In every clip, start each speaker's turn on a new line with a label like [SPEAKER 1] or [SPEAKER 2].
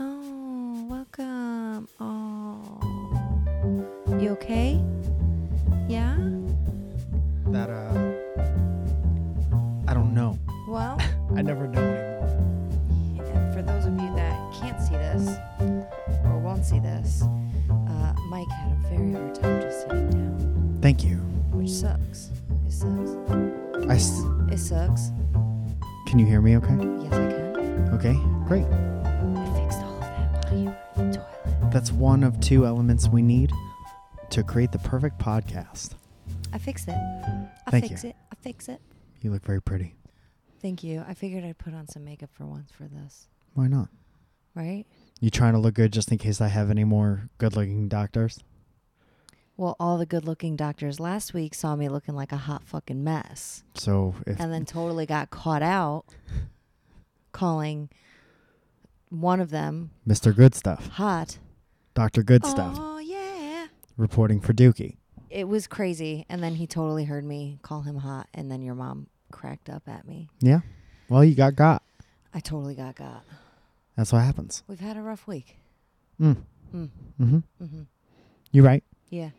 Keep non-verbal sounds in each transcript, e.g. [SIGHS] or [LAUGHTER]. [SPEAKER 1] Oh, You okay? Yeah?
[SPEAKER 2] That uh, I don't know.
[SPEAKER 1] Well, [LAUGHS]
[SPEAKER 2] I never know anymore.
[SPEAKER 1] and for those of you that can't see this or won't see this, uh, Mike had a very hard time just sitting down,
[SPEAKER 2] Thank you.
[SPEAKER 1] which sucks. It sucks.
[SPEAKER 2] I s-
[SPEAKER 1] It sucks.
[SPEAKER 2] can you hear me? Okay.
[SPEAKER 1] Yes, I can.
[SPEAKER 2] Okay. Great.
[SPEAKER 1] I fixed all of that while you were in the toilet.
[SPEAKER 2] That's one of two elements we need to create the perfect podcast.
[SPEAKER 1] I fixed it. I
[SPEAKER 2] Thank
[SPEAKER 1] fix
[SPEAKER 2] you.
[SPEAKER 1] it. I fix it.
[SPEAKER 2] You look very pretty.
[SPEAKER 1] Thank you. I figured I'd put on some makeup for once for this,
[SPEAKER 2] Why not?
[SPEAKER 1] right?
[SPEAKER 2] You trying to look good just in case I have any more good-looking doctors?
[SPEAKER 1] Well, all the good looking doctors last week saw me looking like a hot fucking mess
[SPEAKER 2] So if
[SPEAKER 1] and then totally got caught out calling one of them
[SPEAKER 2] Mr. Good Stuff,
[SPEAKER 1] hot.
[SPEAKER 2] Dr. Good Stuff,
[SPEAKER 1] Oh, yeah.
[SPEAKER 2] reporting for Dookie.
[SPEAKER 1] It was crazy. And then he totally heard me call him hot. And then your mom cracked up at me.
[SPEAKER 2] Yeah. Well, you got got.
[SPEAKER 1] I totally got got.
[SPEAKER 2] That's what happens.
[SPEAKER 1] We've had a rough week.
[SPEAKER 2] Mm.
[SPEAKER 1] Mm,
[SPEAKER 2] Mm-hmm.
[SPEAKER 1] hmm
[SPEAKER 2] You right?
[SPEAKER 1] Yeah.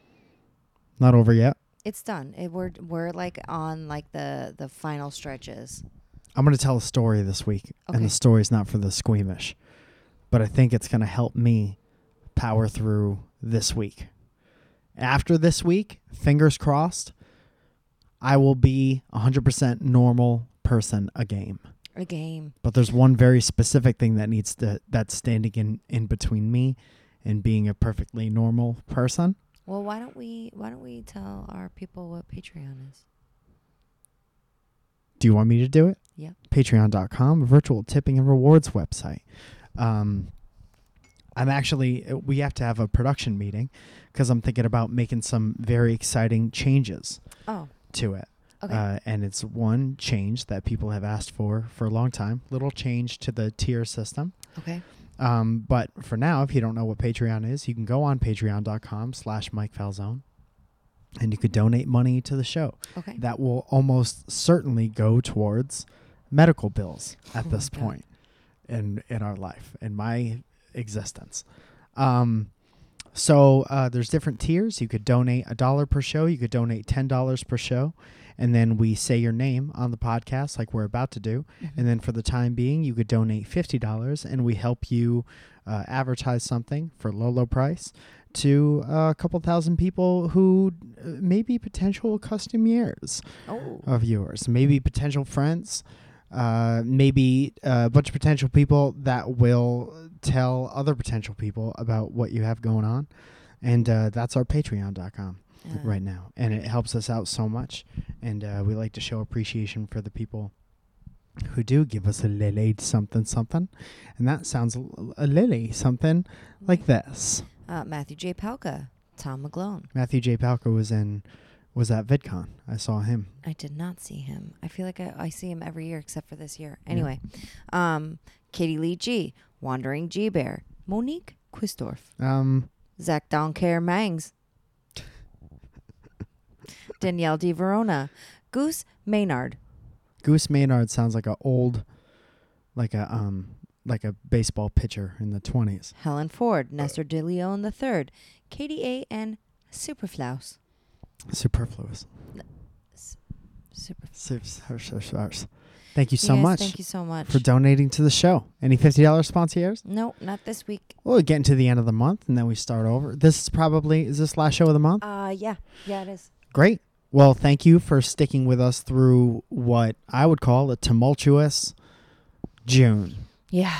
[SPEAKER 2] Not over yet.
[SPEAKER 1] It's done. It, we're, we're like on like the, the final stretches.
[SPEAKER 2] I'm going to tell a story this week, and
[SPEAKER 1] Okay.
[SPEAKER 2] the story's not for the squeamish, but I think it's going to help me power through this week. After this week, fingers crossed, I will be 100% normal person again.
[SPEAKER 1] A game.
[SPEAKER 2] But there's one very specific thing that needs to that's standing in in between me and being a perfectly normal person.
[SPEAKER 1] Well, why don't we why don't we tell our people what Patreon is?
[SPEAKER 2] Do you want me to do it?
[SPEAKER 1] Yep.
[SPEAKER 2] patreon.com virtual tipping and rewards website um, i'm actually uh, we have to have a production meeting because i'm thinking about making some very exciting changes
[SPEAKER 1] Oh,
[SPEAKER 2] to it
[SPEAKER 1] okay.
[SPEAKER 2] uh, and it's one change that people have asked for for a long time little change to the tier system
[SPEAKER 1] okay.
[SPEAKER 2] um, but for now if you don't know what patreon is you can go on patreon.com slash mike falzone and you could donate money to the show
[SPEAKER 1] Okay.
[SPEAKER 2] that will almost certainly go towards medical bills at
[SPEAKER 1] Oh my
[SPEAKER 2] this
[SPEAKER 1] God.
[SPEAKER 2] point in in our life in my existence um so uh, there's different tiers you could donate a dollar per show you could donate ten dollars per show and then we say your name on the podcast like we're about to do
[SPEAKER 1] Mm-hmm.
[SPEAKER 2] and then for the time being you could donate fifty dollars and we help you uh, advertise something for low low price to uh, a couple thousand people who uh, may be potential customers
[SPEAKER 1] oh.
[SPEAKER 2] of yours, maybe potential friends, uh, maybe a bunch of potential people that will tell other potential people about what you have going on. And uh, that's our patreon.com
[SPEAKER 1] uh,
[SPEAKER 2] right now. And it helps us out so much. And uh, we like to show appreciation for the people who do give us a lily something something. And that sounds l- a lily something like this.
[SPEAKER 1] Uh, Matthew J. Palka, Tom McGlone.
[SPEAKER 2] Matthew J. Palka was in, was at VidCon. I saw him.
[SPEAKER 1] I did not see him. I feel like I, I see him every year except for this year.
[SPEAKER 2] Yeah.
[SPEAKER 1] Anyway, um, Katie Lee G, Wandering G Bear, Monique Quistorf,
[SPEAKER 2] Um,
[SPEAKER 1] Zach Doncare
[SPEAKER 2] [LAUGHS]
[SPEAKER 1] Mangs, Danielle Di Verona, Goose Maynard.
[SPEAKER 2] Goose Maynard sounds like a old, like a um, like a baseball pitcher in the twenties.
[SPEAKER 1] Helen
[SPEAKER 2] Uh,
[SPEAKER 1] Ford, Nestor De Leon III, Katie A. and Superflaus.
[SPEAKER 2] Superfluous.
[SPEAKER 1] Super.
[SPEAKER 2] Sips- hers- hers- hers. Thank you so
[SPEAKER 1] guys,
[SPEAKER 2] much
[SPEAKER 1] Thank you so much.
[SPEAKER 2] for donating to the show. Any fifty dollars sponsors?
[SPEAKER 1] no, not this week.
[SPEAKER 2] Well, we're getting to the end of the month, and then we start over. This is probably is this last show of the month.
[SPEAKER 1] Uh, yeah, yeah, it is.
[SPEAKER 2] Great. Well, thank you for sticking with us through what I would call a tumultuous June.
[SPEAKER 1] Yeah,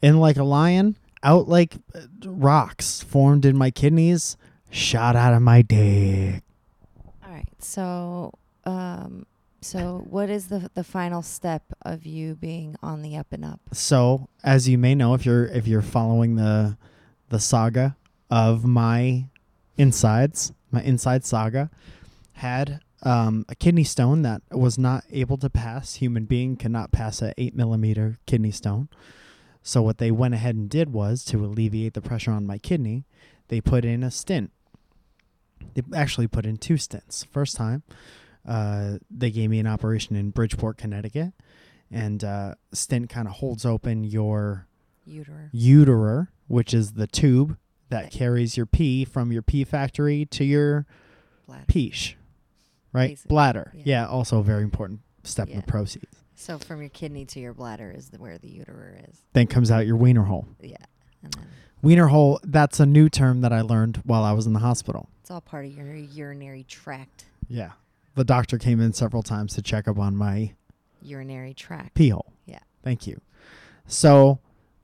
[SPEAKER 2] in like a lion, out like uh, rocks formed in my kidneys, shot out of my dick.
[SPEAKER 1] All right. So, um, so what is the the final step of you being on the up and up?
[SPEAKER 2] So, as you may know, if you're if you're following the the saga of my insides, my inside saga had um, a kidney stone that was not able to pass. Human being cannot pass a eight millimeter kidney stone. So what they went ahead and did was to alleviate the pressure on my kidney, they put in a stent. They actually put in two stents. First time, uh, they gave me an operation in Bridgeport, Connecticut, and uh, stent kind of holds open your
[SPEAKER 1] Uterus.
[SPEAKER 2] uterer, which is the tube that carries your pee from your pee factory to your
[SPEAKER 1] Bladder.
[SPEAKER 2] peesh, right?
[SPEAKER 1] Basically,
[SPEAKER 2] Bladder.
[SPEAKER 1] yeah.
[SPEAKER 2] Yeah. also a very important step in
[SPEAKER 1] Yeah.
[SPEAKER 2] the process.
[SPEAKER 1] So from your kidney to your bladder is the, where the uterer is.
[SPEAKER 2] Then comes out your wiener hole.
[SPEAKER 1] Yeah. And then
[SPEAKER 2] Wiener hole, that's a new term that I learned while I was in the hospital.
[SPEAKER 1] it's all part of your urinary tract.
[SPEAKER 2] Yeah. The doctor came in several times to check up on my
[SPEAKER 1] Urinary tract.
[SPEAKER 2] pee hole.
[SPEAKER 1] Yeah.
[SPEAKER 2] Thank you. So,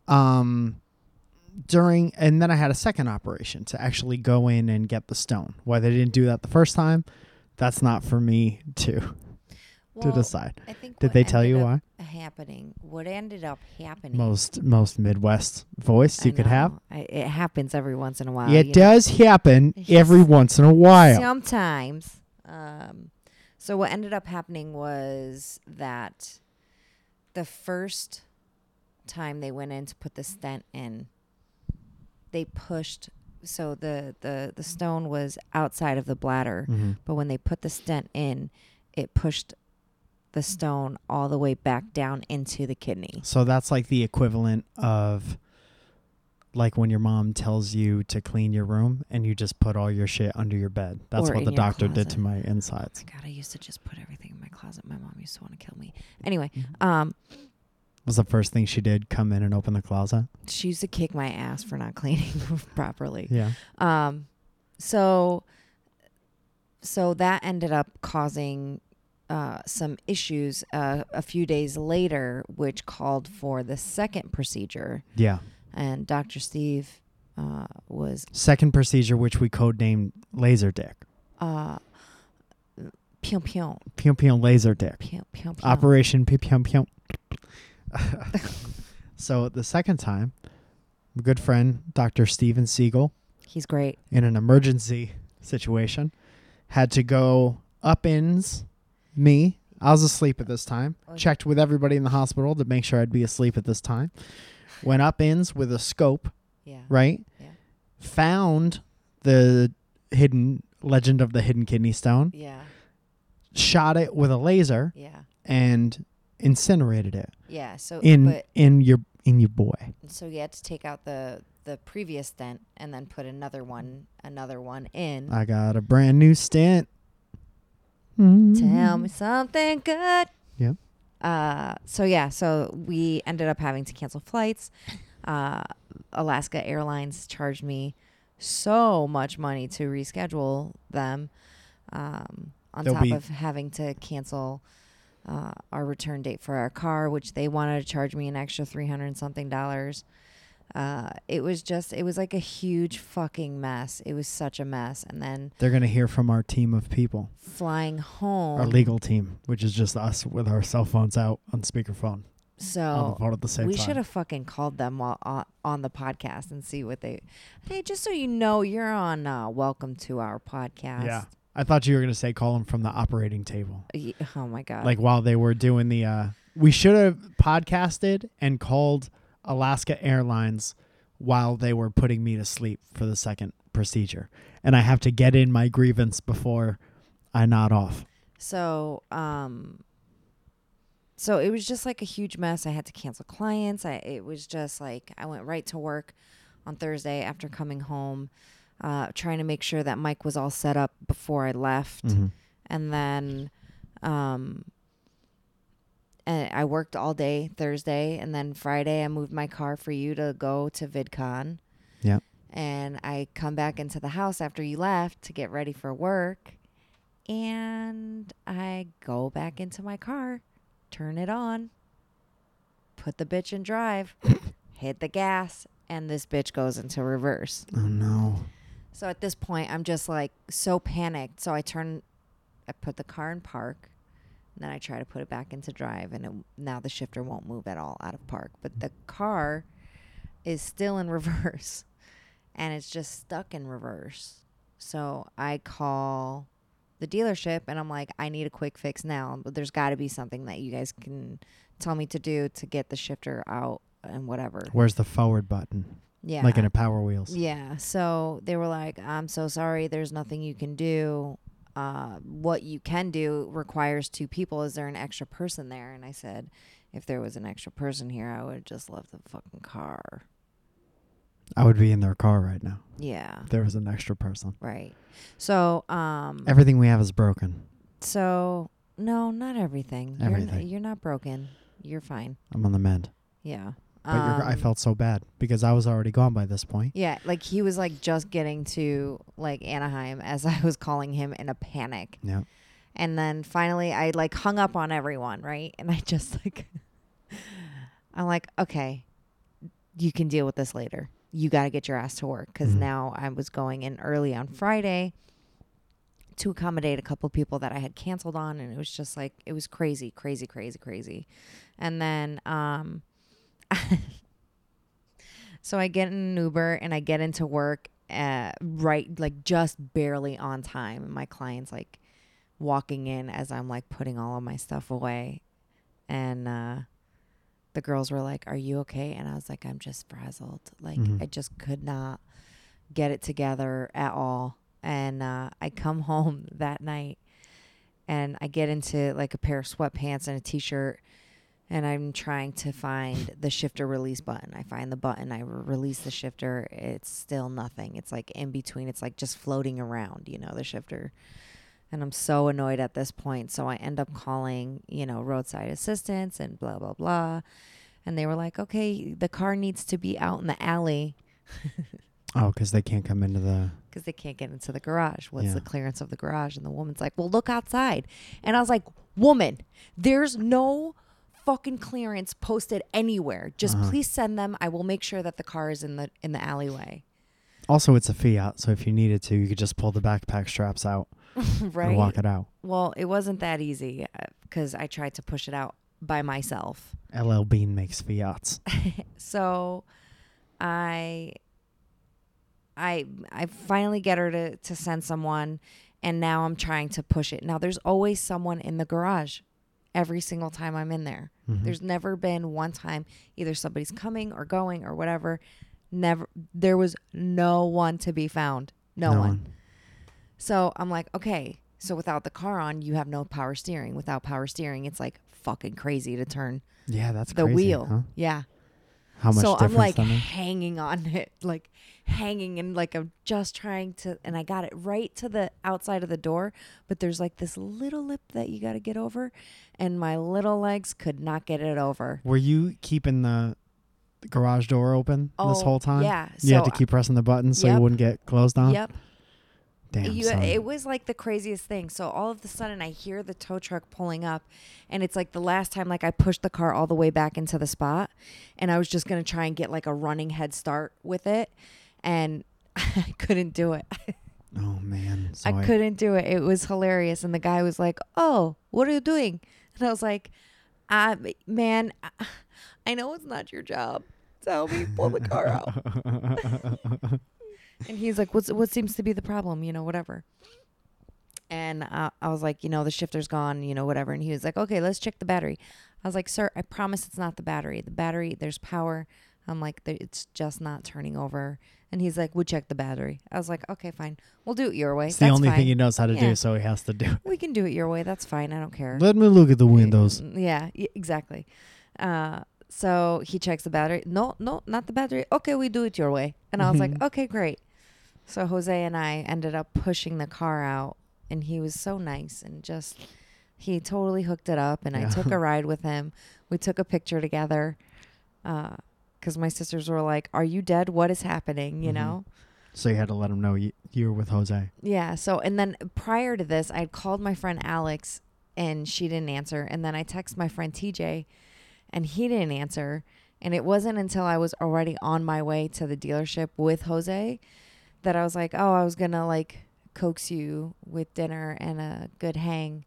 [SPEAKER 2] um, during and then I had a second operation to actually go in and get the stone. Why they didn't do that the first time, that's not for me to to
[SPEAKER 1] Well,
[SPEAKER 2] decide.
[SPEAKER 1] I think
[SPEAKER 2] Did
[SPEAKER 1] what
[SPEAKER 2] they tell you
[SPEAKER 1] ended
[SPEAKER 2] why?
[SPEAKER 1] up Happening. What ended up happening?
[SPEAKER 2] Most most Midwest voice
[SPEAKER 1] I
[SPEAKER 2] you could have.
[SPEAKER 1] know. Uh, I, it happens every once in a while.
[SPEAKER 2] it
[SPEAKER 1] you know.
[SPEAKER 2] does happen
[SPEAKER 1] It's
[SPEAKER 2] every
[SPEAKER 1] just-
[SPEAKER 2] once in a while.
[SPEAKER 1] Sometimes. Um, so what ended up happening was that the first time they went in to put the stent in, they pushed. So the the the stone was outside of the bladder,
[SPEAKER 2] Mhm.
[SPEAKER 1] but when they put the stent in, it pushed the stone all the way back down into the kidney.
[SPEAKER 2] So that's like the equivalent of like when your mom tells you to clean your room and you just put all your shit under your bed. That's
[SPEAKER 1] Or
[SPEAKER 2] what
[SPEAKER 1] in
[SPEAKER 2] the
[SPEAKER 1] your
[SPEAKER 2] doctor did
[SPEAKER 1] closet.
[SPEAKER 2] to my insides.
[SPEAKER 1] God, I used to just put everything in my closet. My mom used to want to kill me. Anyway, um,
[SPEAKER 2] was the first thing she did come in and open the closet.
[SPEAKER 1] she used to kick my ass for not [LAUGHS] cleaning properly.
[SPEAKER 2] Yeah.
[SPEAKER 1] Um, so, so that ended up causing uh, some issues uh, a few days later, which called for the second procedure.
[SPEAKER 2] Yeah.
[SPEAKER 1] And Dr. Steve uh, was
[SPEAKER 2] Second procedure, which we codenamed laser dick.
[SPEAKER 1] uh, pew pew
[SPEAKER 2] Pyong pyong laser dick.
[SPEAKER 1] pew pew pew.
[SPEAKER 2] Operation P pyong pyong. [LAUGHS] so the second time, my good friend, Dr. Steven Siegel,
[SPEAKER 1] He's great.
[SPEAKER 2] in an emergency situation, had to go up ins me. I was asleep at this time.
[SPEAKER 1] Oh.
[SPEAKER 2] Checked with everybody in the hospital to make sure I'd be asleep at this time. Went up ins with a scope,
[SPEAKER 1] Yeah.
[SPEAKER 2] right?
[SPEAKER 1] Yeah.
[SPEAKER 2] Found the hidden legend of the hidden kidney stone,
[SPEAKER 1] Yeah.
[SPEAKER 2] shot it with a laser,
[SPEAKER 1] Yeah.
[SPEAKER 2] and incinerated it
[SPEAKER 1] Yeah. So
[SPEAKER 2] in
[SPEAKER 1] but
[SPEAKER 2] in your in your boy.
[SPEAKER 1] so you had to take out the the previous stent and then put another one another one in.
[SPEAKER 2] I got a brand new stent.
[SPEAKER 1] Tell
[SPEAKER 2] Mm-hmm.
[SPEAKER 1] me something good.
[SPEAKER 2] Yep.
[SPEAKER 1] Uh, so yeah, so we ended up having to cancel flights. Uh, Alaska Airlines charged me so much money to reschedule them. Um, on
[SPEAKER 2] They'll
[SPEAKER 1] top
[SPEAKER 2] be-
[SPEAKER 1] of having to cancel uh, our return date for our car, which they wanted to charge me an extra three hundred and something dollars. Uh, it was just, it was like a huge fucking mess. It was such a mess. And then
[SPEAKER 2] They're gonna hear from our team of people.
[SPEAKER 1] flying home,
[SPEAKER 2] our legal team, which is just us with our cell phones out on speakerphone
[SPEAKER 1] so
[SPEAKER 2] on the phone at the same
[SPEAKER 1] Oh, we
[SPEAKER 2] time.
[SPEAKER 1] should have fucking called them while on, on the podcast and see what they. Hey, just so you know, you're on uh, Welcome to Our Podcast.
[SPEAKER 2] Yeah, I thought you were gonna say call them from the operating table,
[SPEAKER 1] Ye- Oh my god.
[SPEAKER 2] like while they were doing the. uh We should have podcasted and called Alaska Airlines while they were putting me to sleep for the second procedure, and I have to get in my grievance before I nod off.
[SPEAKER 1] so, um, so it was just like a huge mess. I had to cancel clients. I it was just like I went right to work on Thursday after coming home, uh, trying to make sure that Mike was all set up before I left.
[SPEAKER 2] Mm-hmm.
[SPEAKER 1] and then um and I worked all day Thursday and then Friday I moved my car for you to go to VidCon.
[SPEAKER 2] Yep.
[SPEAKER 1] And I come back into the house after you left to get ready for work and I go back into my car, turn it on, put the bitch in drive, [COUGHS] hit the gas and this bitch goes into reverse.
[SPEAKER 2] Oh no!
[SPEAKER 1] So at this point, I'm just like so panicked. So I turn, I put the car in park, and then I try to put it back into drive, and it, now the shifter won't move at all out of park. But the car is still in [LAUGHS] reverse, and it's just stuck in reverse. So I call the dealership, and I'm like, I need a quick fix now. But there's got to be something that you guys can tell me to do to get the shifter out and whatever.
[SPEAKER 2] Where's the forward button?
[SPEAKER 1] Yeah,
[SPEAKER 2] Like in a Power Wheels.
[SPEAKER 1] yeah. So they were like, I'm so sorry. There's nothing you can do. Uh, what you can do requires two people. Is there an extra person there? And I said, if there was an extra person here, I would have just left the fucking car.
[SPEAKER 2] I would be in their car right now.
[SPEAKER 1] Yeah.
[SPEAKER 2] If there was an extra person.
[SPEAKER 1] Right. So, um
[SPEAKER 2] Everything we have is broken.
[SPEAKER 1] so no, not everything. You're
[SPEAKER 2] Everything.
[SPEAKER 1] not, you're not broken. You're fine.
[SPEAKER 2] I'm on the mend.
[SPEAKER 1] Yeah.
[SPEAKER 2] But you're, I
[SPEAKER 1] Um,
[SPEAKER 2] felt so bad because I was already gone by this point.
[SPEAKER 1] Yeah, like he was like just getting to like Anaheim as [LAUGHS] I was calling him in a panic.
[SPEAKER 2] Yeah.
[SPEAKER 1] And then finally I like hung up on everyone, right? And I [LAUGHS] just like I'm like, okay, you can deal with this later. You got to get your ass to work because
[SPEAKER 2] Mhm.
[SPEAKER 1] now I was going in early on Friday to accommodate a couple people that I had canceled on, and it was just like it was crazy, crazy, crazy, crazy. And then, um, [LAUGHS] so I get in an Uber and I get into work uh right like just barely on time, and my client's like walking in as I'm like putting all of my stuff away, and uh, the girls were like, "Are you okay?" And I was like, "I'm just frazzled. Like
[SPEAKER 2] Mhm.
[SPEAKER 1] I just could not get it together at all." And uh, I come [LAUGHS] home that night, and I get into like a pair of sweatpants and a t-shirt, and I'm trying to find the shifter release button. I find the button, I release the shifter. It's still nothing. It's like in between. It's like just floating around, you know, the shifter. And I'm so annoyed at this point. So I end up calling, you know, roadside assistance and blah, blah, blah. And they were like, okay, the car needs to be out in the alley
[SPEAKER 2] Oh, because they can't come into the.
[SPEAKER 1] because they can't get into the garage. What's
[SPEAKER 2] Yeah.
[SPEAKER 1] the clearance of the garage? And the woman's like, well, look outside. And I was like, woman, there's no fucking clearance posted anywhere. Just
[SPEAKER 2] Uh-huh.
[SPEAKER 1] please send them. I will make sure that the car is in the in the alleyway.
[SPEAKER 2] Also, it's a Fiat, so if you needed to, you could just pull the backpack straps out
[SPEAKER 1] right.
[SPEAKER 2] and walk it out.
[SPEAKER 1] Well, it wasn't that easy because I tried to push it out by myself.
[SPEAKER 2] LL Bean makes Fiats.
[SPEAKER 1] so i i i finally get her to to send someone and now i'm trying to push it now there's always someone in the garage every single time i'm in there [LAUGHS]
[SPEAKER 2] Mhm.
[SPEAKER 1] there's never been one time either somebody's coming or going or whatever never there was no one to be found no, one. So I'm like, okay. So without the car on, you have no power steering. Without power steering, it's like fucking crazy to turn
[SPEAKER 2] Yeah, that's
[SPEAKER 1] the
[SPEAKER 2] crazy,
[SPEAKER 1] wheel.
[SPEAKER 2] huh?
[SPEAKER 1] Yeah
[SPEAKER 2] How much
[SPEAKER 1] so
[SPEAKER 2] difference
[SPEAKER 1] I'm like
[SPEAKER 2] that makes?
[SPEAKER 1] hanging on it, like hanging and like I'm just trying to, and I got it right to the outside of the door, but there's like this little lip that you got to get over, and my little legs could not get it over.
[SPEAKER 2] Were you keeping the the garage door open this
[SPEAKER 1] Oh,
[SPEAKER 2] whole time?
[SPEAKER 1] yeah,
[SPEAKER 2] You had
[SPEAKER 1] so
[SPEAKER 2] to keep pressing the button so
[SPEAKER 1] Yep.
[SPEAKER 2] you wouldn't get closed on?
[SPEAKER 1] Yep.
[SPEAKER 2] Damn.
[SPEAKER 1] You,
[SPEAKER 2] son.
[SPEAKER 1] it was like the craziest thing. So all of a sudden, I hear the tow truck pulling up, and it's like the last time, like I pushed the car all the way back into the spot, and I was just gonna try and get like a running head start with it, and [LAUGHS] I couldn't do it.
[SPEAKER 2] oh, man. So
[SPEAKER 1] I couldn't do it. It was hilarious. And the guy was like, Oh, what are you doing? And I was like, I, Man, [LAUGHS] I- I know it's not your job. So help me pull the car out.
[SPEAKER 2] [LAUGHS]
[SPEAKER 1] and he's like, What's, What seems to be the problem? You know, whatever. And uh, I was like, You know, the shifter's gone, you know, whatever. And he was like, Okay, let's check the battery. I was like, Sir, I promise it's not the battery. The battery, there's power. I'm like, "There- It's just not turning over. And he's like, We'll check the battery. I was like, Okay, fine. We'll do it your way.
[SPEAKER 2] It's the
[SPEAKER 1] That's
[SPEAKER 2] only
[SPEAKER 1] fine."
[SPEAKER 2] thing he knows how to
[SPEAKER 1] Yeah.
[SPEAKER 2] do, so he has to do it.
[SPEAKER 1] we can do it your way. That's fine. I don't care. mm,
[SPEAKER 2] Let me look at the windows.
[SPEAKER 1] Yeah, y- exactly. Uh, so he checks the battery. No, no, not the battery. Okay, we do it your way. And I was like,
[SPEAKER 2] Mhm.
[SPEAKER 1] okay, great. So Jose and I ended up pushing the car out, and he was so nice and just he totally hooked it up. And I
[SPEAKER 2] Yeah.
[SPEAKER 1] took a ride with him. We took a picture together because my sisters were like, "Are you dead? What is happening?" You
[SPEAKER 2] Mhm.
[SPEAKER 1] know.
[SPEAKER 2] So you had to let him know you, you were with Jose.
[SPEAKER 1] Yeah. So, and then prior to this, I had called my friend Alex and she didn't answer. And then I texted my friend TJ and he didn't answer. And it wasn't until I was already on my way to the dealership with Jose that I was like, oh, I was going to like coax you with dinner and a good hang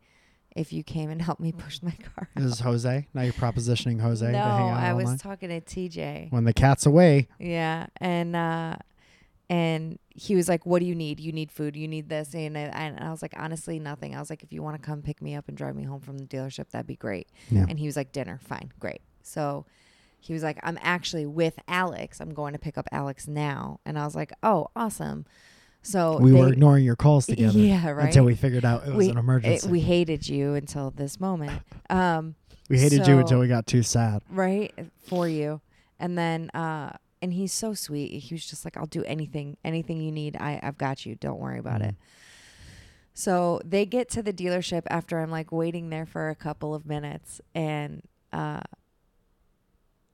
[SPEAKER 1] if you came and [LAUGHS] helped me push my car.
[SPEAKER 2] This is Jose. Now you're propositioning Jose
[SPEAKER 1] no,
[SPEAKER 2] to hang out
[SPEAKER 1] I
[SPEAKER 2] all
[SPEAKER 1] was
[SPEAKER 2] night?
[SPEAKER 1] talking to TJ.
[SPEAKER 2] when the cat's away,
[SPEAKER 1] Yeah, and uh, and he was like, "What do you need? You need food. You need this." And I, and I was like, "Honestly, nothing." I was like, "If you want to come pick me up and drive me home from the dealership, that'd be great."
[SPEAKER 2] Yeah.
[SPEAKER 1] And he was like, "Dinner, fine, great." So he was like, "I'm actually with Alex. I'm going to pick up Alex now." And I was like, "Oh, awesome." So
[SPEAKER 2] we were
[SPEAKER 1] Oh, they-
[SPEAKER 2] ignoring your calls together
[SPEAKER 1] [LAUGHS] Yeah, right.
[SPEAKER 2] until we figured out it was
[SPEAKER 1] We-
[SPEAKER 2] an
[SPEAKER 1] it-
[SPEAKER 2] emergency.
[SPEAKER 1] we hated you until this moment. Um,
[SPEAKER 2] we hated you
[SPEAKER 1] so-
[SPEAKER 2] until we got too sad.
[SPEAKER 1] right for you and then uh and he's so sweet. He was just like, I'll do anything, anything you need. I, I've got you. Don't worry
[SPEAKER 2] Mm-hmm.
[SPEAKER 1] about it. So they get to the dealership after I'm like waiting there for a couple of minutes and uh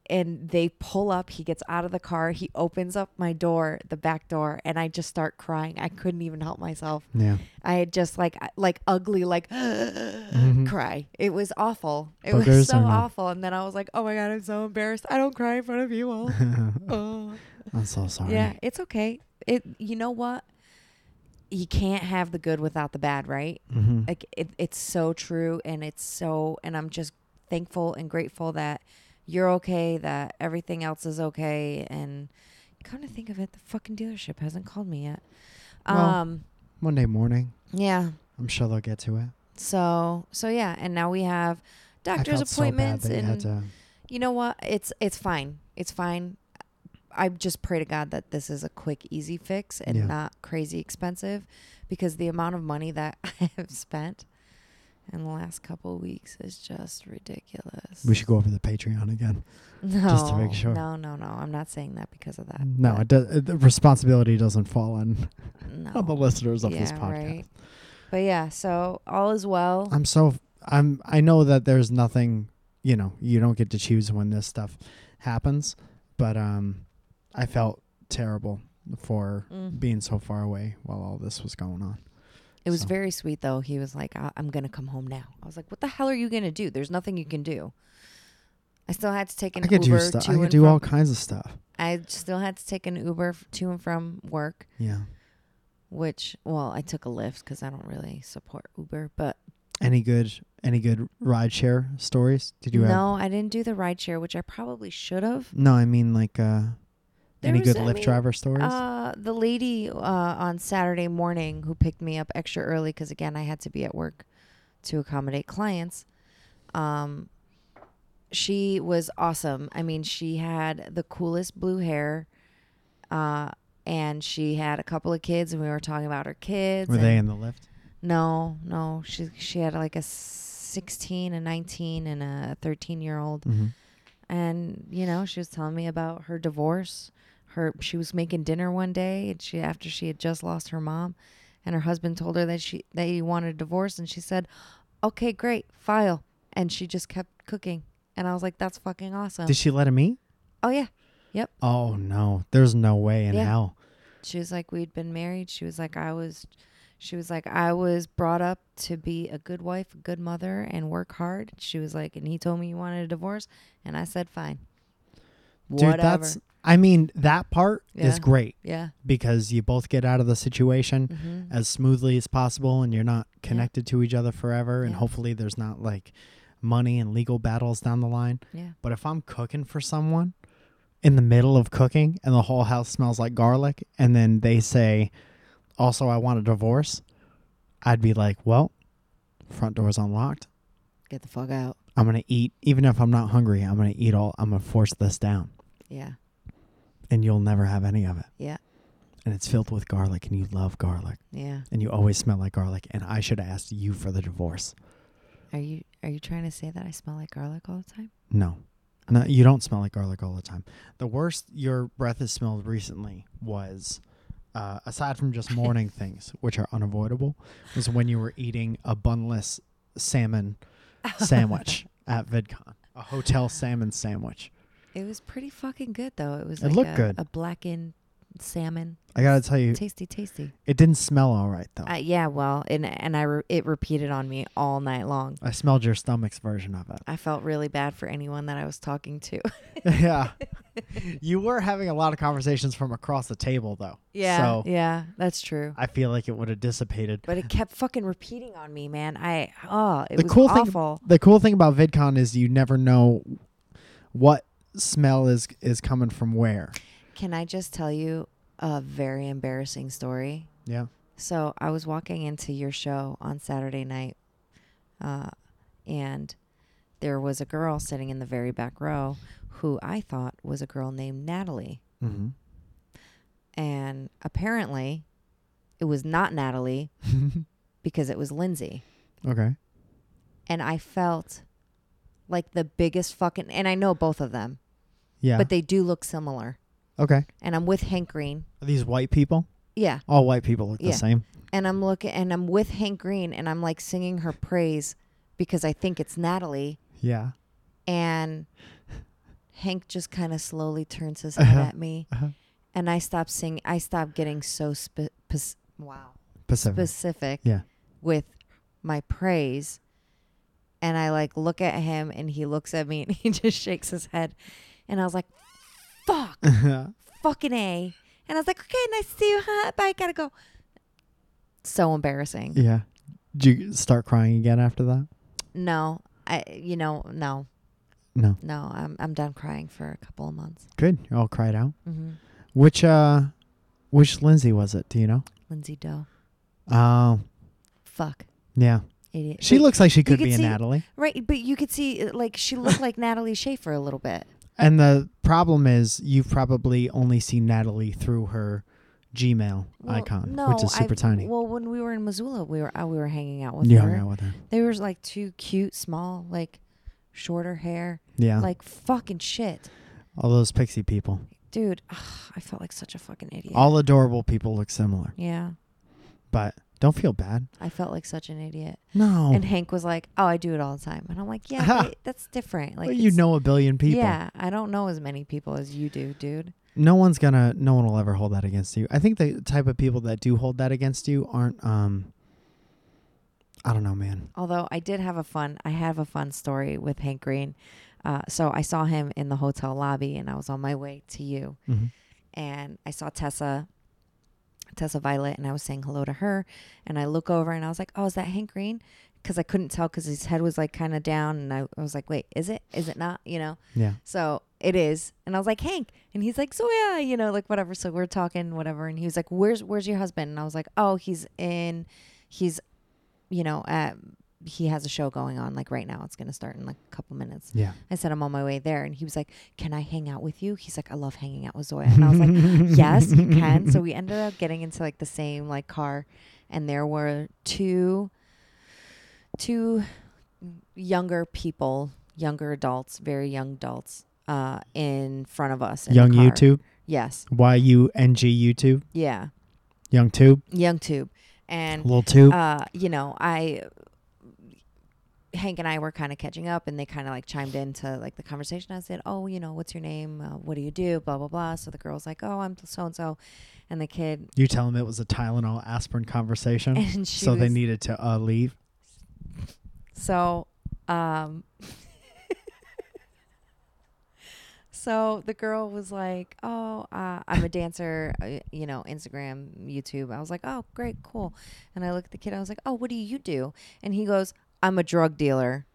[SPEAKER 1] and they pull up, he gets out of the car, he opens up my door, the back door, and I just start crying. I couldn't even help myself.
[SPEAKER 2] Yeah.
[SPEAKER 1] I had just like like ugly like [GASPS] cry. It was awful. It
[SPEAKER 2] Mm-hmm. Boogers
[SPEAKER 1] was so
[SPEAKER 2] are not-
[SPEAKER 1] awful. And then I was like, oh my god, I'm so embarrassed. I don't cry in front of you
[SPEAKER 2] [LAUGHS]
[SPEAKER 1] all. oh.
[SPEAKER 2] I'm so sorry.
[SPEAKER 1] Yeah, it's okay. It you know what? You can't have the good without the bad, right?
[SPEAKER 2] Mm-hmm.
[SPEAKER 1] Like it, it's so true, and it's so, and I'm just thankful and grateful that you're okay, that everything else is okay, and come to think of it, the fucking dealership hasn't called me yet.
[SPEAKER 2] Well-
[SPEAKER 1] um,
[SPEAKER 2] Monday morning.
[SPEAKER 1] yeah,
[SPEAKER 2] I'm sure they'll get to it.
[SPEAKER 1] so so yeah, and now we have
[SPEAKER 2] I
[SPEAKER 1] doctor's
[SPEAKER 2] felt
[SPEAKER 1] appointments
[SPEAKER 2] so bad that
[SPEAKER 1] and
[SPEAKER 2] you had to.
[SPEAKER 1] you know what? It's it's fine. It's fine. I just pray to God that this is a quick, easy fix and
[SPEAKER 2] Yeah.
[SPEAKER 1] not crazy expensive, because the amount of money that [LAUGHS] I have spent in the last couple of weeks is just ridiculous.
[SPEAKER 2] We should go over the Patreon again.
[SPEAKER 1] [LAUGHS] no,
[SPEAKER 2] just to make sure.
[SPEAKER 1] No, no, no. I'm not saying that because of that.
[SPEAKER 2] No, it
[SPEAKER 1] but
[SPEAKER 2] does, uh, the responsibility doesn't fall on,
[SPEAKER 1] no.
[SPEAKER 2] on the listeners of this
[SPEAKER 1] Oh, Yeah,
[SPEAKER 2] podcast.
[SPEAKER 1] right. But yeah, so all is well.
[SPEAKER 2] I'm so I'm I know that there's nothing, you know, you don't get to choose when this stuff happens, but um I felt terrible for
[SPEAKER 1] Mm.
[SPEAKER 2] being so far away while all this was going on.
[SPEAKER 1] It was
[SPEAKER 2] So-
[SPEAKER 1] very sweet though. He was like, I- "I'm gonna come home now." I was like, "What the hell are you gonna do? There's nothing you can do." I still had to take an
[SPEAKER 2] I could
[SPEAKER 1] Uber
[SPEAKER 2] do stuff.
[SPEAKER 1] to
[SPEAKER 2] I could
[SPEAKER 1] and
[SPEAKER 2] do
[SPEAKER 1] from.
[SPEAKER 2] all kinds of stuff.
[SPEAKER 1] I still had to take an Uber f- to and from work,
[SPEAKER 2] Yeah.
[SPEAKER 1] which well, I took a Lyft because I don't really support Uber. But
[SPEAKER 2] Any good any good rideshare stories? Did you have
[SPEAKER 1] no, I didn't do the rideshare, which I probably should have.
[SPEAKER 2] No, I mean like uh
[SPEAKER 1] There
[SPEAKER 2] any
[SPEAKER 1] was-
[SPEAKER 2] good
[SPEAKER 1] I
[SPEAKER 2] Lyft
[SPEAKER 1] mean,
[SPEAKER 2] driver stories?
[SPEAKER 1] Uh, the lady uh, on Saturday morning who picked me up extra early because again I had to be at work to accommodate clients. Um, she was awesome. I mean, she had the coolest blue hair, uh, and she had a couple of kids, and we were talking about her kids.
[SPEAKER 2] Were
[SPEAKER 1] and-
[SPEAKER 2] they in the Lyft?
[SPEAKER 1] No, no. She she had like a sixteen, a nineteen, and a thirteen year old
[SPEAKER 2] Mm-hmm.
[SPEAKER 1] and you know she was telling me about her divorce her she was making dinner one day and she after she had just lost her mom and her husband told her that she that he wanted a divorce and she said okay great file and she just kept cooking and i was like that's fucking awesome
[SPEAKER 2] Did she let him eat?
[SPEAKER 1] oh yeah
[SPEAKER 2] Oh no. There's no way in
[SPEAKER 1] Yeah.
[SPEAKER 2] hell.
[SPEAKER 1] she was like we'd been married she was like i was she was like i was brought up to be a good wife a good mother and work hard she was like and he told me he wanted a divorce and i said fine
[SPEAKER 2] Dude,
[SPEAKER 1] Whatever.
[SPEAKER 2] that's I mean, that part is
[SPEAKER 1] Yeah.
[SPEAKER 2] great.
[SPEAKER 1] yeah
[SPEAKER 2] because you both get out of the situation
[SPEAKER 1] hmm
[SPEAKER 2] as smoothly as possible and you're not
[SPEAKER 1] Yeah.
[SPEAKER 2] connected to each other forever and
[SPEAKER 1] Yeah.
[SPEAKER 2] hopefully there's not like money and legal battles down the line
[SPEAKER 1] yeah
[SPEAKER 2] but if i'm cooking for someone in the middle of cooking and the whole house smells like garlic and then they say also i want a divorce i'd be like well front door's unlocked
[SPEAKER 1] get the fuck out
[SPEAKER 2] i'm gonna eat even if i'm not hungry i'm gonna eat all i'm gonna force this down
[SPEAKER 1] yeah
[SPEAKER 2] and you'll never have any of it
[SPEAKER 1] Yeah.
[SPEAKER 2] and it's filled with garlic and you love garlic
[SPEAKER 1] Yeah.
[SPEAKER 2] and you always smell like garlic and i should have asked you for the divorce
[SPEAKER 1] Are you are you trying to say that I smell like garlic all the time?
[SPEAKER 2] no no you don't smell like garlic all the time the worst your breath has smelled recently was uh, aside from just morning things which are unavoidable was when you were eating a bunless salmon sandwich at vidcon a hotel salmon sandwich
[SPEAKER 1] It was pretty fucking good though. It was
[SPEAKER 2] It
[SPEAKER 1] like
[SPEAKER 2] looked
[SPEAKER 1] a,
[SPEAKER 2] good.
[SPEAKER 1] a blackened salmon.
[SPEAKER 2] i gotta tell you Oh.
[SPEAKER 1] Tasty, tasty.
[SPEAKER 2] it didn't smell all right though
[SPEAKER 1] Uh, yeah, well, and and I re- it repeated on me all night long.
[SPEAKER 2] i smelled your stomach's version of it [LAUGHS]
[SPEAKER 1] I felt really bad for anyone that I was talking to. [LAUGHS]
[SPEAKER 2] yeah you were having a lot of conversations from across the table though so
[SPEAKER 1] yeah, that's true.
[SPEAKER 2] I feel like it would have dissipated.
[SPEAKER 1] But it kept fucking repeating on me, man. I oh, it
[SPEAKER 2] The
[SPEAKER 1] was
[SPEAKER 2] cool thing-
[SPEAKER 1] awful.
[SPEAKER 2] The cool thing about VidCon is you never know what smell is is coming from where.
[SPEAKER 1] Can I just tell you a very embarrassing story?
[SPEAKER 2] Yeah.
[SPEAKER 1] So I was walking into your show on Saturday night, uh, and there was a girl sitting in the very back row who I thought was a girl named Natalie.
[SPEAKER 2] Mm-hmm.
[SPEAKER 1] And apparently, it was not Natalie because it was Lindsay.
[SPEAKER 2] [LAUGHS] okay.
[SPEAKER 1] And I felt like the biggest fucking, and I know both of them,
[SPEAKER 2] Yeah.
[SPEAKER 1] but they do look similar.
[SPEAKER 2] Okay.
[SPEAKER 1] and I'm with Hank Green.
[SPEAKER 2] Are these white people?
[SPEAKER 1] Yeah.
[SPEAKER 2] All white people look
[SPEAKER 1] Yeah.
[SPEAKER 2] the same.
[SPEAKER 1] And I'm looking and I'm with Hank Green and I'm like singing her praise because I think it's Natalie
[SPEAKER 2] Yeah.
[SPEAKER 1] and Hank just kind of slowly turns his head
[SPEAKER 2] Uh-huh.
[SPEAKER 1] at me
[SPEAKER 2] Uh-huh.
[SPEAKER 1] and I stop singing I stop getting so spe- pes- wow
[SPEAKER 2] Pacific.
[SPEAKER 1] specific
[SPEAKER 2] Uh-huh. Yeah.
[SPEAKER 1] with my praise and I like look at him and he looks at me and [LAUGHS] he just shakes his head and I was like fuck fucking A. And I was like, okay, nice to see you, huh? Bye, gotta go. So embarrassing.
[SPEAKER 2] [LAUGHS] yeah. Did you start crying again after that?
[SPEAKER 1] No, I, you know, no,
[SPEAKER 2] No.
[SPEAKER 1] no, I'm, I'm done crying for a couple of months.
[SPEAKER 2] Good. You all cried out.
[SPEAKER 1] Mm-hmm.
[SPEAKER 2] Which uh which Lindsay was it? Do you know?
[SPEAKER 1] Lindsay Doe.
[SPEAKER 2] Oh,
[SPEAKER 1] Fuck.
[SPEAKER 2] yeah.
[SPEAKER 1] Idiot.
[SPEAKER 2] She
[SPEAKER 1] But-
[SPEAKER 2] looks like she could
[SPEAKER 1] could
[SPEAKER 2] be a
[SPEAKER 1] see-
[SPEAKER 2] Natalie.
[SPEAKER 1] Right, but you could see, uh, like, she looked like Natalie Schaefer a little bit.
[SPEAKER 2] And the problem is you've probably only seen Natalie through her Gmail
[SPEAKER 1] Well,
[SPEAKER 2] icon,
[SPEAKER 1] no,
[SPEAKER 2] which is super
[SPEAKER 1] I've-
[SPEAKER 2] tiny.
[SPEAKER 1] Well, when we were in Missoula, we were out, we were hanging out with
[SPEAKER 2] you
[SPEAKER 1] her.
[SPEAKER 2] hung out with her.
[SPEAKER 1] They were like two cute, small, like, shorter hair,
[SPEAKER 2] Yeah.
[SPEAKER 1] like fucking shit,
[SPEAKER 2] all those pixie people.
[SPEAKER 1] dude. [SIGHS] ugh, I felt like such a fucking idiot.
[SPEAKER 2] All adorable people look similar.
[SPEAKER 1] yeah.
[SPEAKER 2] But don't feel bad.
[SPEAKER 1] I felt like such an idiot.
[SPEAKER 2] No.
[SPEAKER 1] And Hank was like, "Oh, I do it all the time," and I'm like,
[SPEAKER 2] [LAUGHS]
[SPEAKER 1] "Yeah, but that's different. Like,
[SPEAKER 2] Well, you
[SPEAKER 1] it's-
[SPEAKER 2] know a billion people.
[SPEAKER 1] yeah, I don't know as many people as you do, dude.
[SPEAKER 2] No one's gonna no one will ever hold that against you. I think the type of people that do hold that against you aren't um I don't know, man.
[SPEAKER 1] Although I did have a fun, I have a fun story with Hank Green. Uh, so I saw him in the hotel lobby, and I was on my way to you,
[SPEAKER 2] Mhm.
[SPEAKER 1] and I saw Tessa, Tessa Violet, and I was saying hello to her, and I look over, and I was like, "Oh, is that Hank Green?" Because I couldn't tell because his head was like kind of down, and I, I was like, "Wait, is it? Is it not?" You know.
[SPEAKER 2] Yeah.
[SPEAKER 1] So it is. And I was like, Hank. And he's like, so yeah, you know, like whatever. So we're talking, whatever. And he was like, where's where's your husband? And I was like, oh, he's in, he's, you know, at, he has a show going on like right now. It's going to start in like a couple minutes.
[SPEAKER 2] Yeah.
[SPEAKER 1] I said, I'm on my way there. And he was like, can I hang out with you? He's like, I love hanging out with Zoya. And I was like,
[SPEAKER 2] [LAUGHS]
[SPEAKER 1] yes, you can. So we ended up getting into like the same like car. And there were two, two younger people, younger adults, very young adults, uh, in front of us. in the
[SPEAKER 2] Young
[SPEAKER 1] car.
[SPEAKER 2] YouTube.
[SPEAKER 1] Yes.
[SPEAKER 2] Y U N G YouTube.
[SPEAKER 1] Yeah.
[SPEAKER 2] Young Tube.
[SPEAKER 1] Young tube. And,
[SPEAKER 2] Little Tube.
[SPEAKER 1] uh, you know, I, Hank and I were kind of catching up and they kind of like chimed into like the conversation. I said, Oh, you know, what's your name? Uh, what do you do? Blah, blah, blah. So the girl's like, Oh, I'm so and so. And the kid,
[SPEAKER 2] you tell them it was a Tylenol aspirin conversation.
[SPEAKER 1] [LAUGHS] and she
[SPEAKER 2] [LAUGHS] Mm. So they
[SPEAKER 1] was-
[SPEAKER 2] needed to uh, leave.
[SPEAKER 1] So, um, [LAUGHS] so the girl was like, "Oh, uh, I'm a dancer, uh, you know, Instagram, YouTube." I was like, "Oh, great, cool." And I looked at the kid. I was like, "Oh, what do you do?" And he goes, "I'm a drug dealer."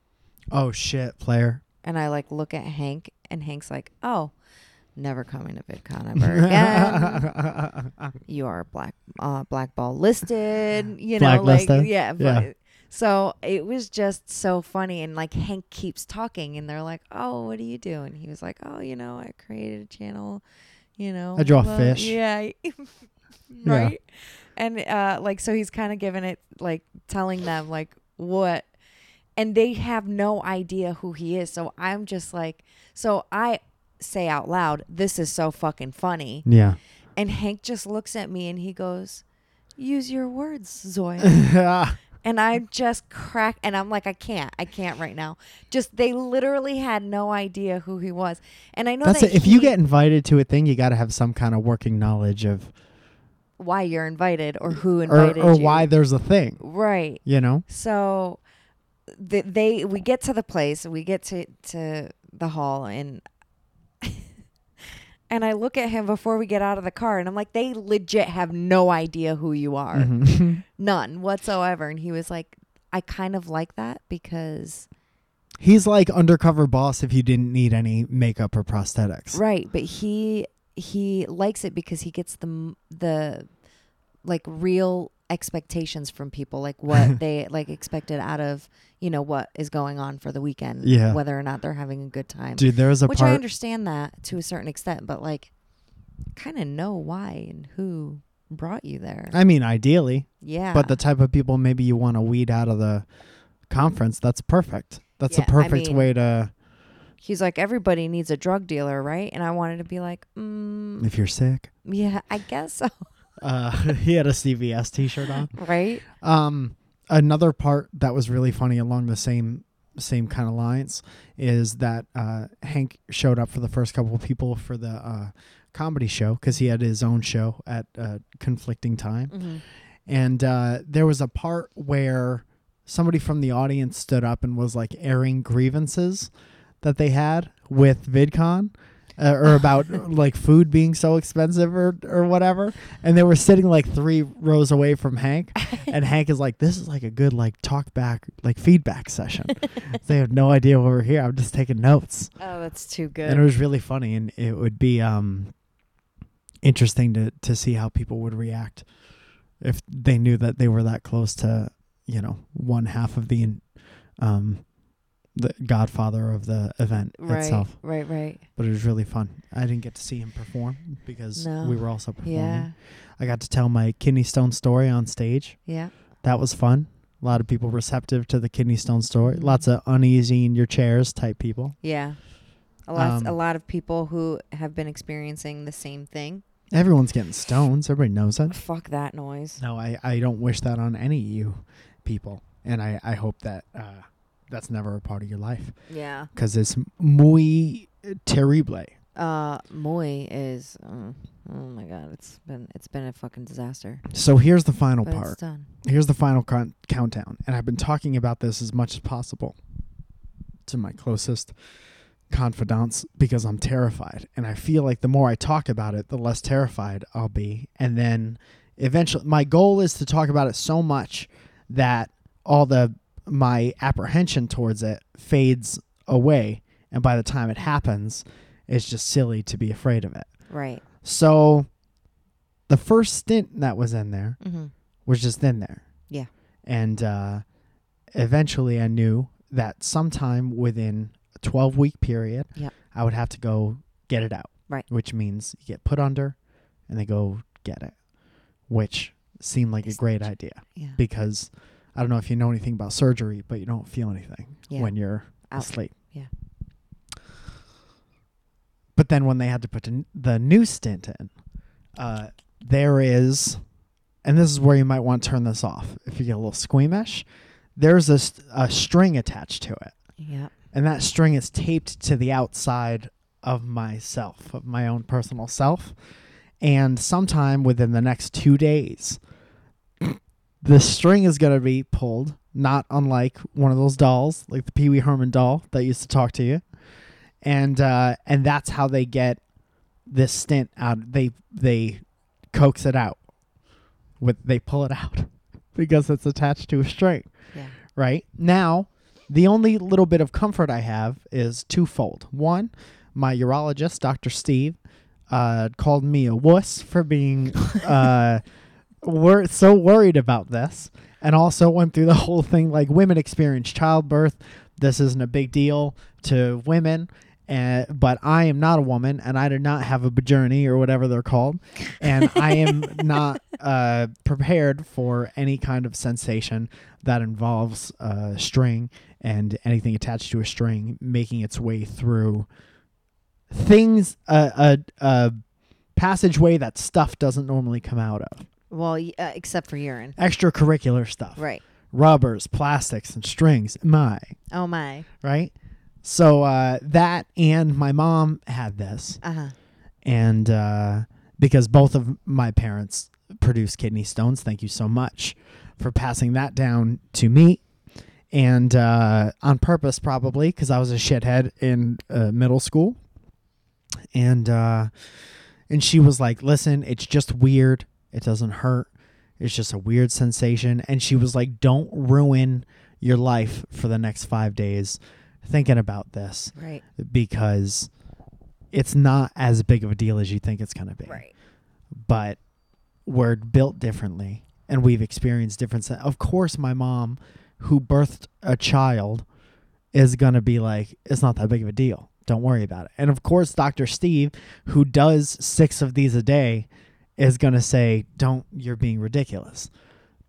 [SPEAKER 2] Oh shit, player.
[SPEAKER 1] And I like look at Hank, and Hank's like, "Oh, never coming to VidCon
[SPEAKER 2] [LAUGHS]
[SPEAKER 1] ever again. you are black uh, blackball
[SPEAKER 2] [SIGHS]
[SPEAKER 1] listed. You know, like
[SPEAKER 2] Blacklisted?
[SPEAKER 1] yeah,
[SPEAKER 2] Yeah.
[SPEAKER 1] but- So it was just so funny, and like Hank keeps talking, and they're like, "Oh, what do you do?" And he was like, "Oh, you know, I created a channel. You know,
[SPEAKER 2] I draw
[SPEAKER 1] blah-
[SPEAKER 2] fish."
[SPEAKER 1] Yeah, [LAUGHS] right. And uh, like, so he's kind of giving it, like, telling them like what, and they have no idea who he is. So I'm just like, so I say out loud, "This is so fucking funny." [LAUGHS]
[SPEAKER 2] [LAUGHS] yeah.
[SPEAKER 1] And Hank just looks at me and he goes, Use your words,
[SPEAKER 2] [LAUGHS]
[SPEAKER 1] Zoya.
[SPEAKER 2] yeah.
[SPEAKER 1] and I just crack and I'm like, I can't, I can't right now. Just they literally had no idea who he was. And I know
[SPEAKER 2] That's
[SPEAKER 1] that
[SPEAKER 2] it. If you
[SPEAKER 1] he-
[SPEAKER 2] get invited to a thing, you got to have some kind of working knowledge of
[SPEAKER 1] why you're invited or who
[SPEAKER 2] or,
[SPEAKER 1] invited
[SPEAKER 2] or
[SPEAKER 1] you.
[SPEAKER 2] why there's a thing.
[SPEAKER 1] Right.
[SPEAKER 2] You know.
[SPEAKER 1] So th- they we get to the place, we get to to the hall and [LAUGHS] and I look at him before we get out of the car and I'm like they legit have no idea who you are. [LAUGHS]
[SPEAKER 2] Mhm.
[SPEAKER 1] None whatsoever. And he was like, I kind of like that because.
[SPEAKER 2] He's like undercover boss if you didn't need any makeup or prosthetics.
[SPEAKER 1] Right. But he he likes it because he gets the m- the like real expectations from people like [LAUGHS] what they like expected out of you know what is going on for the weekend
[SPEAKER 2] Yeah.
[SPEAKER 1] whether or not they're having a good time
[SPEAKER 2] Dude, there was a
[SPEAKER 1] which i
[SPEAKER 2] part.
[SPEAKER 1] understand that to a certain extent but like kind of know why and who brought you there
[SPEAKER 2] I mean, ideally,
[SPEAKER 1] yeah
[SPEAKER 2] but the type of people maybe you want to weed out of the conference, that's perfect. That's
[SPEAKER 1] Yeah,
[SPEAKER 2] a
[SPEAKER 1] I
[SPEAKER 2] perfect
[SPEAKER 1] mean-
[SPEAKER 2] way to
[SPEAKER 1] He's like, everybody needs a drug dealer, right? And I wanted to be like, mm,
[SPEAKER 2] If you're sick,
[SPEAKER 1] yeah, I guess so,
[SPEAKER 2] uh, [LAUGHS] he had a CVS T-shirt on.
[SPEAKER 1] [LAUGHS] right?
[SPEAKER 2] Um, another part that was really funny along the same same kind of lines is that uh, Hank showed up for the first couple of people for the uh, comedy show because he had his own show at uh, conflicting time,
[SPEAKER 1] Mhm.
[SPEAKER 2] and uh, there was a part where somebody from the audience stood up and was like airing grievances that they had with VidCon. Uh, or about like food being so expensive or, or whatever and they were sitting like three rows away from hank and hank is like this is like a good like talk back like feedback session they have no idea why we're here i'm just taking notes
[SPEAKER 1] Oh, that's too
[SPEAKER 2] and it
[SPEAKER 1] good.
[SPEAKER 2] was really funny and it would be um interesting to to see how people would react if they knew that they were that close to you know one half of the um the godfather of the event
[SPEAKER 1] Right,
[SPEAKER 2] itself
[SPEAKER 1] right, right.
[SPEAKER 2] but it was really fun i didn't get to see him perform because
[SPEAKER 1] No.
[SPEAKER 2] we were also performing
[SPEAKER 1] Yeah,
[SPEAKER 2] i got to tell my kidney stone story on stage
[SPEAKER 1] yeah.
[SPEAKER 2] that was fun a lot of people receptive to the kidney stone story
[SPEAKER 1] Mhm.
[SPEAKER 2] lots of uneasy in your chairs type people
[SPEAKER 1] Yeah. A lot, a
[SPEAKER 2] Um,
[SPEAKER 1] lot of people who have been experiencing the same thing.
[SPEAKER 2] everyone's getting stones everybody knows it
[SPEAKER 1] Fuck that noise.
[SPEAKER 2] No, I, I don't wish that on any of you people. And I, I hope that uh, that's never a part of your life
[SPEAKER 1] Yeah.
[SPEAKER 2] because it's muy terrible.
[SPEAKER 1] Uh, Moy is. mm, oh my god, it's been it's been a fucking disaster.
[SPEAKER 2] So here's the final
[SPEAKER 1] but
[SPEAKER 2] part.
[SPEAKER 1] it's done.
[SPEAKER 2] Here's the final count- countdown. And I've been talking about this as much as possible to my closest confidants because I'm terrified. And I feel like the more I talk about it, the less terrified I'll be. And then eventually, my goal is to talk about it so much that all the my apprehension towards it fades away. And by the time it happens, it's just silly to be afraid of it.
[SPEAKER 1] Right.
[SPEAKER 2] So the first stint that was in there
[SPEAKER 1] Mm-hmm.
[SPEAKER 2] was just in there.
[SPEAKER 1] Yeah.
[SPEAKER 2] And uh, eventually I knew that sometime within a 12 week period,
[SPEAKER 1] Yep.
[SPEAKER 2] I would have to go get it out.
[SPEAKER 1] Right.
[SPEAKER 2] Which means you get put under and they go get it, which seemed like a
[SPEAKER 1] It's-
[SPEAKER 2] great idea
[SPEAKER 1] Yeah.
[SPEAKER 2] because I don't know if you know anything about surgery, but you don't feel anything
[SPEAKER 1] Yeah.
[SPEAKER 2] when you're
[SPEAKER 1] Out.
[SPEAKER 2] asleep.
[SPEAKER 1] Yeah.
[SPEAKER 2] But then when they had to put the n- the new stint in, uh, there is, and this is where you might want to turn this off if you get a little squeamish. There's a, st- a string attached to it,
[SPEAKER 1] yeah.
[SPEAKER 2] and that string is taped to the outside of myself, of my own personal self. And sometime within the next two days, [COUGHS] the string is going to be pulled, not unlike one of those dolls, like the Pee Wee Herman doll that used to talk to you. And uh, and that's how they get this stint out. They they coax it out. With they pull it out [LAUGHS] because it's attached to a string
[SPEAKER 1] Yeah.
[SPEAKER 2] right? Now, the only little bit of comfort I have is twofold. One, my urologist, Dr. Steve, uh, called me a wuss for being uh, wor- so worried about this, and also went through the whole thing like women experience childbirth. This isn't a big deal to women. Uh, but I am not a woman, and I do not have a journey or whatever they're called, and I am not uh, prepared for any kind of sensation that involves a string and anything attached to a string making its way through things a a, a passageway that stuff doesn't normally come out of
[SPEAKER 1] Well, y- uh, except for urine.
[SPEAKER 2] extracurricular stuff
[SPEAKER 1] Right.
[SPEAKER 2] rubbers plastics and strings my
[SPEAKER 1] Oh my.
[SPEAKER 2] right so uh, that and my mom had this
[SPEAKER 1] Uh huh.
[SPEAKER 2] and uh, because both of my parents produced kidney stones, thank you so much for passing that down to me, and uh, on purpose probably because I was a shithead in uh, middle school, and uh, and she was like, "Listen, it's just weird. It doesn't hurt. It's just a weird sensation." And she was like, "Don't ruin your life for the next five days." Thinking about this,
[SPEAKER 1] Right.
[SPEAKER 2] because it's not as big of a deal as you think it's going to be.
[SPEAKER 1] Right.
[SPEAKER 2] But we're built differently and we've experienced different. sen- Of course, my mom, who birthed a child, is going to be like, it's not that big of a deal. Don't worry about it. And of course, Dr. Steve, who does six of these a day, is going to say, don't, you're being ridiculous.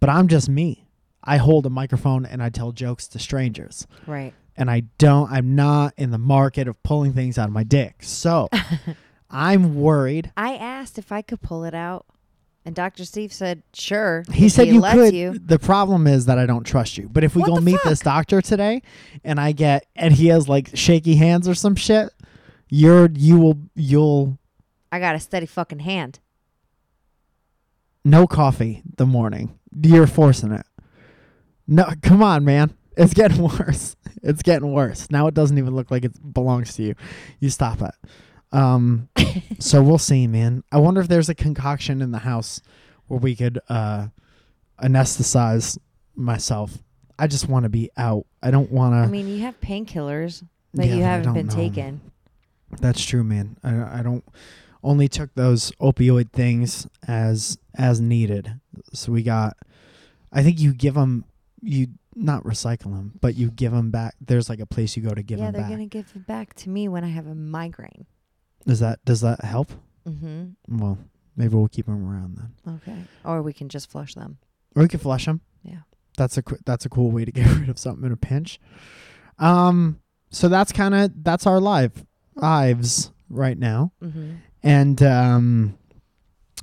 [SPEAKER 2] But I'm just me. I hold a microphone and I tell jokes to strangers
[SPEAKER 1] [LAUGHS] Right.
[SPEAKER 2] and I don't I'm not in the market of pulling things out of my dick.
[SPEAKER 1] [LAUGHS]
[SPEAKER 2] So I'm worried.
[SPEAKER 1] I asked if I could pull it out, and Dr. Steve said, "Sure."
[SPEAKER 2] He
[SPEAKER 1] if
[SPEAKER 2] said you
[SPEAKER 1] lets
[SPEAKER 2] could.
[SPEAKER 1] You.
[SPEAKER 2] The problem is that I don't trust you. But if we
[SPEAKER 1] What
[SPEAKER 2] go
[SPEAKER 1] the
[SPEAKER 2] meet this doctor today and I get and he has like shaky hands or some shit, you're you will you'll
[SPEAKER 1] I got a steady fucking hand.
[SPEAKER 2] no coffee the morning. You're forcing it. No, come on, man. It's getting [LAUGHS] worse. It's getting worse. Now it doesn't even look like it belongs to you. You stop it. Um, so we'll see, man. I wonder if there's a concoction in the house where we could uh, anesthetize myself. I just want to be out. I don't want to.
[SPEAKER 1] I mean, you have painkillers that
[SPEAKER 2] Uh. Yeah,
[SPEAKER 1] you
[SPEAKER 2] but I
[SPEAKER 1] haven't
[SPEAKER 2] don't
[SPEAKER 1] been
[SPEAKER 2] know.
[SPEAKER 1] taken.
[SPEAKER 2] That's true, man. I, I don't only took those opioid things as as needed. So we got. I think you give them you not recycle them, but you give them back. There's like a place you go to give
[SPEAKER 1] yeah,
[SPEAKER 2] them
[SPEAKER 1] they're
[SPEAKER 2] back.
[SPEAKER 1] gonna give it back to me when I have a migraine.
[SPEAKER 2] Does that does that help?
[SPEAKER 1] Mm-hmm.
[SPEAKER 2] Well, maybe we'll keep them around then,
[SPEAKER 1] Okay. Or we can just flush them.
[SPEAKER 2] or we can flush them.
[SPEAKER 1] Yeah.
[SPEAKER 2] that's a qu- that's a cool way to get [LAUGHS] rid of something in a pinch. Um, so that's kind of that's our live lives right now.
[SPEAKER 1] Mm-hmm.
[SPEAKER 2] and um,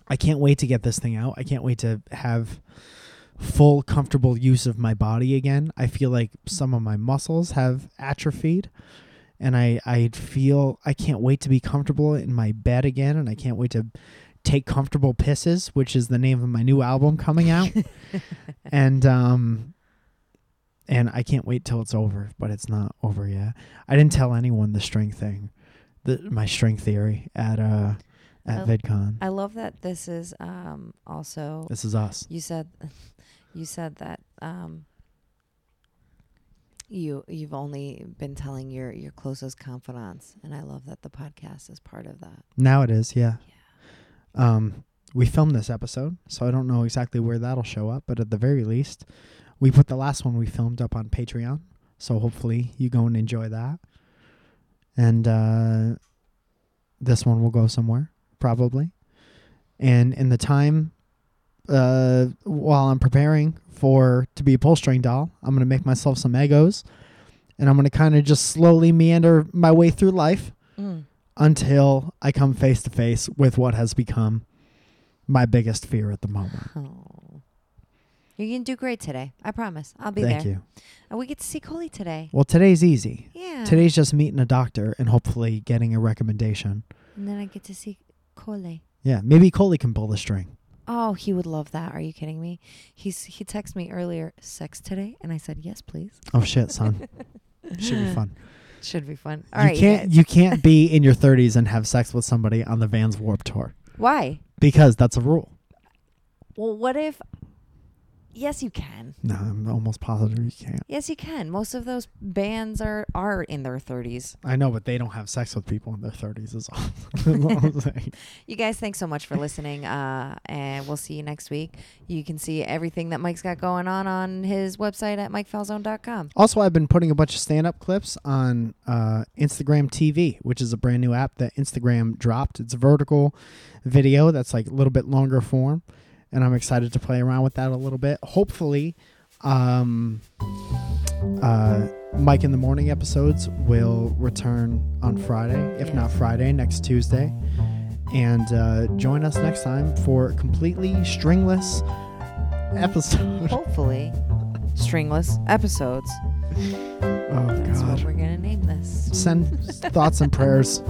[SPEAKER 2] I can't wait to get this thing out. I can't wait to have full comfortable use of my body again. I feel like some of my muscles have atrophied and I I feel I can't wait to be comfortable in my bed again and I can't wait to take comfortable pisses, which is the name of my new album coming out. and um and I can't wait till it's over, but it's not over yet. I didn't tell anyone the string thing, the my string theory at uh at
[SPEAKER 1] Oh.
[SPEAKER 2] VidCon.
[SPEAKER 1] I love that this is um, also
[SPEAKER 2] this is us.
[SPEAKER 1] you said [LAUGHS] you said that um, you you've only been telling your your closest confidants, and I love that the podcast is part of that.
[SPEAKER 2] Now it is, yeah.
[SPEAKER 1] Yeah.
[SPEAKER 2] Um, we filmed this episode, so I don't know exactly where that'll show up, but at the very least, we put the last one we filmed up on Patreon. So hopefully you go and enjoy that. And uh, this one will go somewhere, probably. And in the time uh, while I'm preparing for to be a pull string doll, I'm going to make myself some egos. And I'm going to kind of just slowly meander my way through life
[SPEAKER 1] Mm.
[SPEAKER 2] until I come face to face with what has become my biggest fear at the moment.
[SPEAKER 1] Oh. You're gonna do great today. I promise. I'll be
[SPEAKER 2] Thank
[SPEAKER 1] there.
[SPEAKER 2] you.
[SPEAKER 1] And we get to see Coley today.
[SPEAKER 2] Well, today's easy.
[SPEAKER 1] Yeah.
[SPEAKER 2] Today's just meeting a doctor and hopefully getting a recommendation.
[SPEAKER 1] And then I get to see Coley.
[SPEAKER 2] Yeah, maybe Coley can pull the string.
[SPEAKER 1] Oh, he would love that. Are you kidding me? He's he texted me earlier, sex today, and I said yes, please.
[SPEAKER 2] Oh shit,
[SPEAKER 1] [LAUGHS]
[SPEAKER 2] son, should be fun.
[SPEAKER 1] Should be fun.
[SPEAKER 2] You
[SPEAKER 1] All right,
[SPEAKER 2] can't
[SPEAKER 1] guys.
[SPEAKER 2] you can't be in your 30s and have sex with somebody on the Vans Warp Tour
[SPEAKER 1] Why?
[SPEAKER 2] because that's a rule.
[SPEAKER 1] Well, what if? Yes, you can.
[SPEAKER 2] No, I'm almost positive you can't.
[SPEAKER 1] Yes, you can. Most of those bands are are in their thirties.
[SPEAKER 2] I know, but they don't have sex with people in their 30s. Is all. [LAUGHS] That's all I'm saying.
[SPEAKER 1] You guys, thanks so much for listening, uh, and we'll see you next week. You can see everything that Mike's got going on on his website at mikefalzone.com.
[SPEAKER 2] Also, I've been putting a bunch of stand up clips on uh, Instagram TV, which is a brand new app that Instagram dropped. It's vertical video that's like a little bit longer form. And I'm excited to play around with that a little bit. Hopefully, um, uh, Mike in the Morning episodes will return on Friday, if
[SPEAKER 1] Yes.
[SPEAKER 2] not Friday, next Tuesday. And uh, join us next time for a completely stringless episode. [LAUGHS]
[SPEAKER 1] Oh, Hopefully, stringless episodes.
[SPEAKER 2] Oh,
[SPEAKER 1] That's what
[SPEAKER 2] God.
[SPEAKER 1] we're gonna name this.
[SPEAKER 2] Send thoughts and prayers.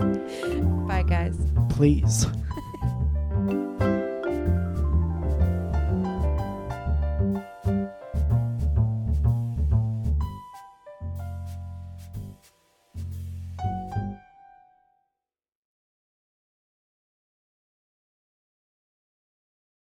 [SPEAKER 1] Bye, guys.
[SPEAKER 2] please.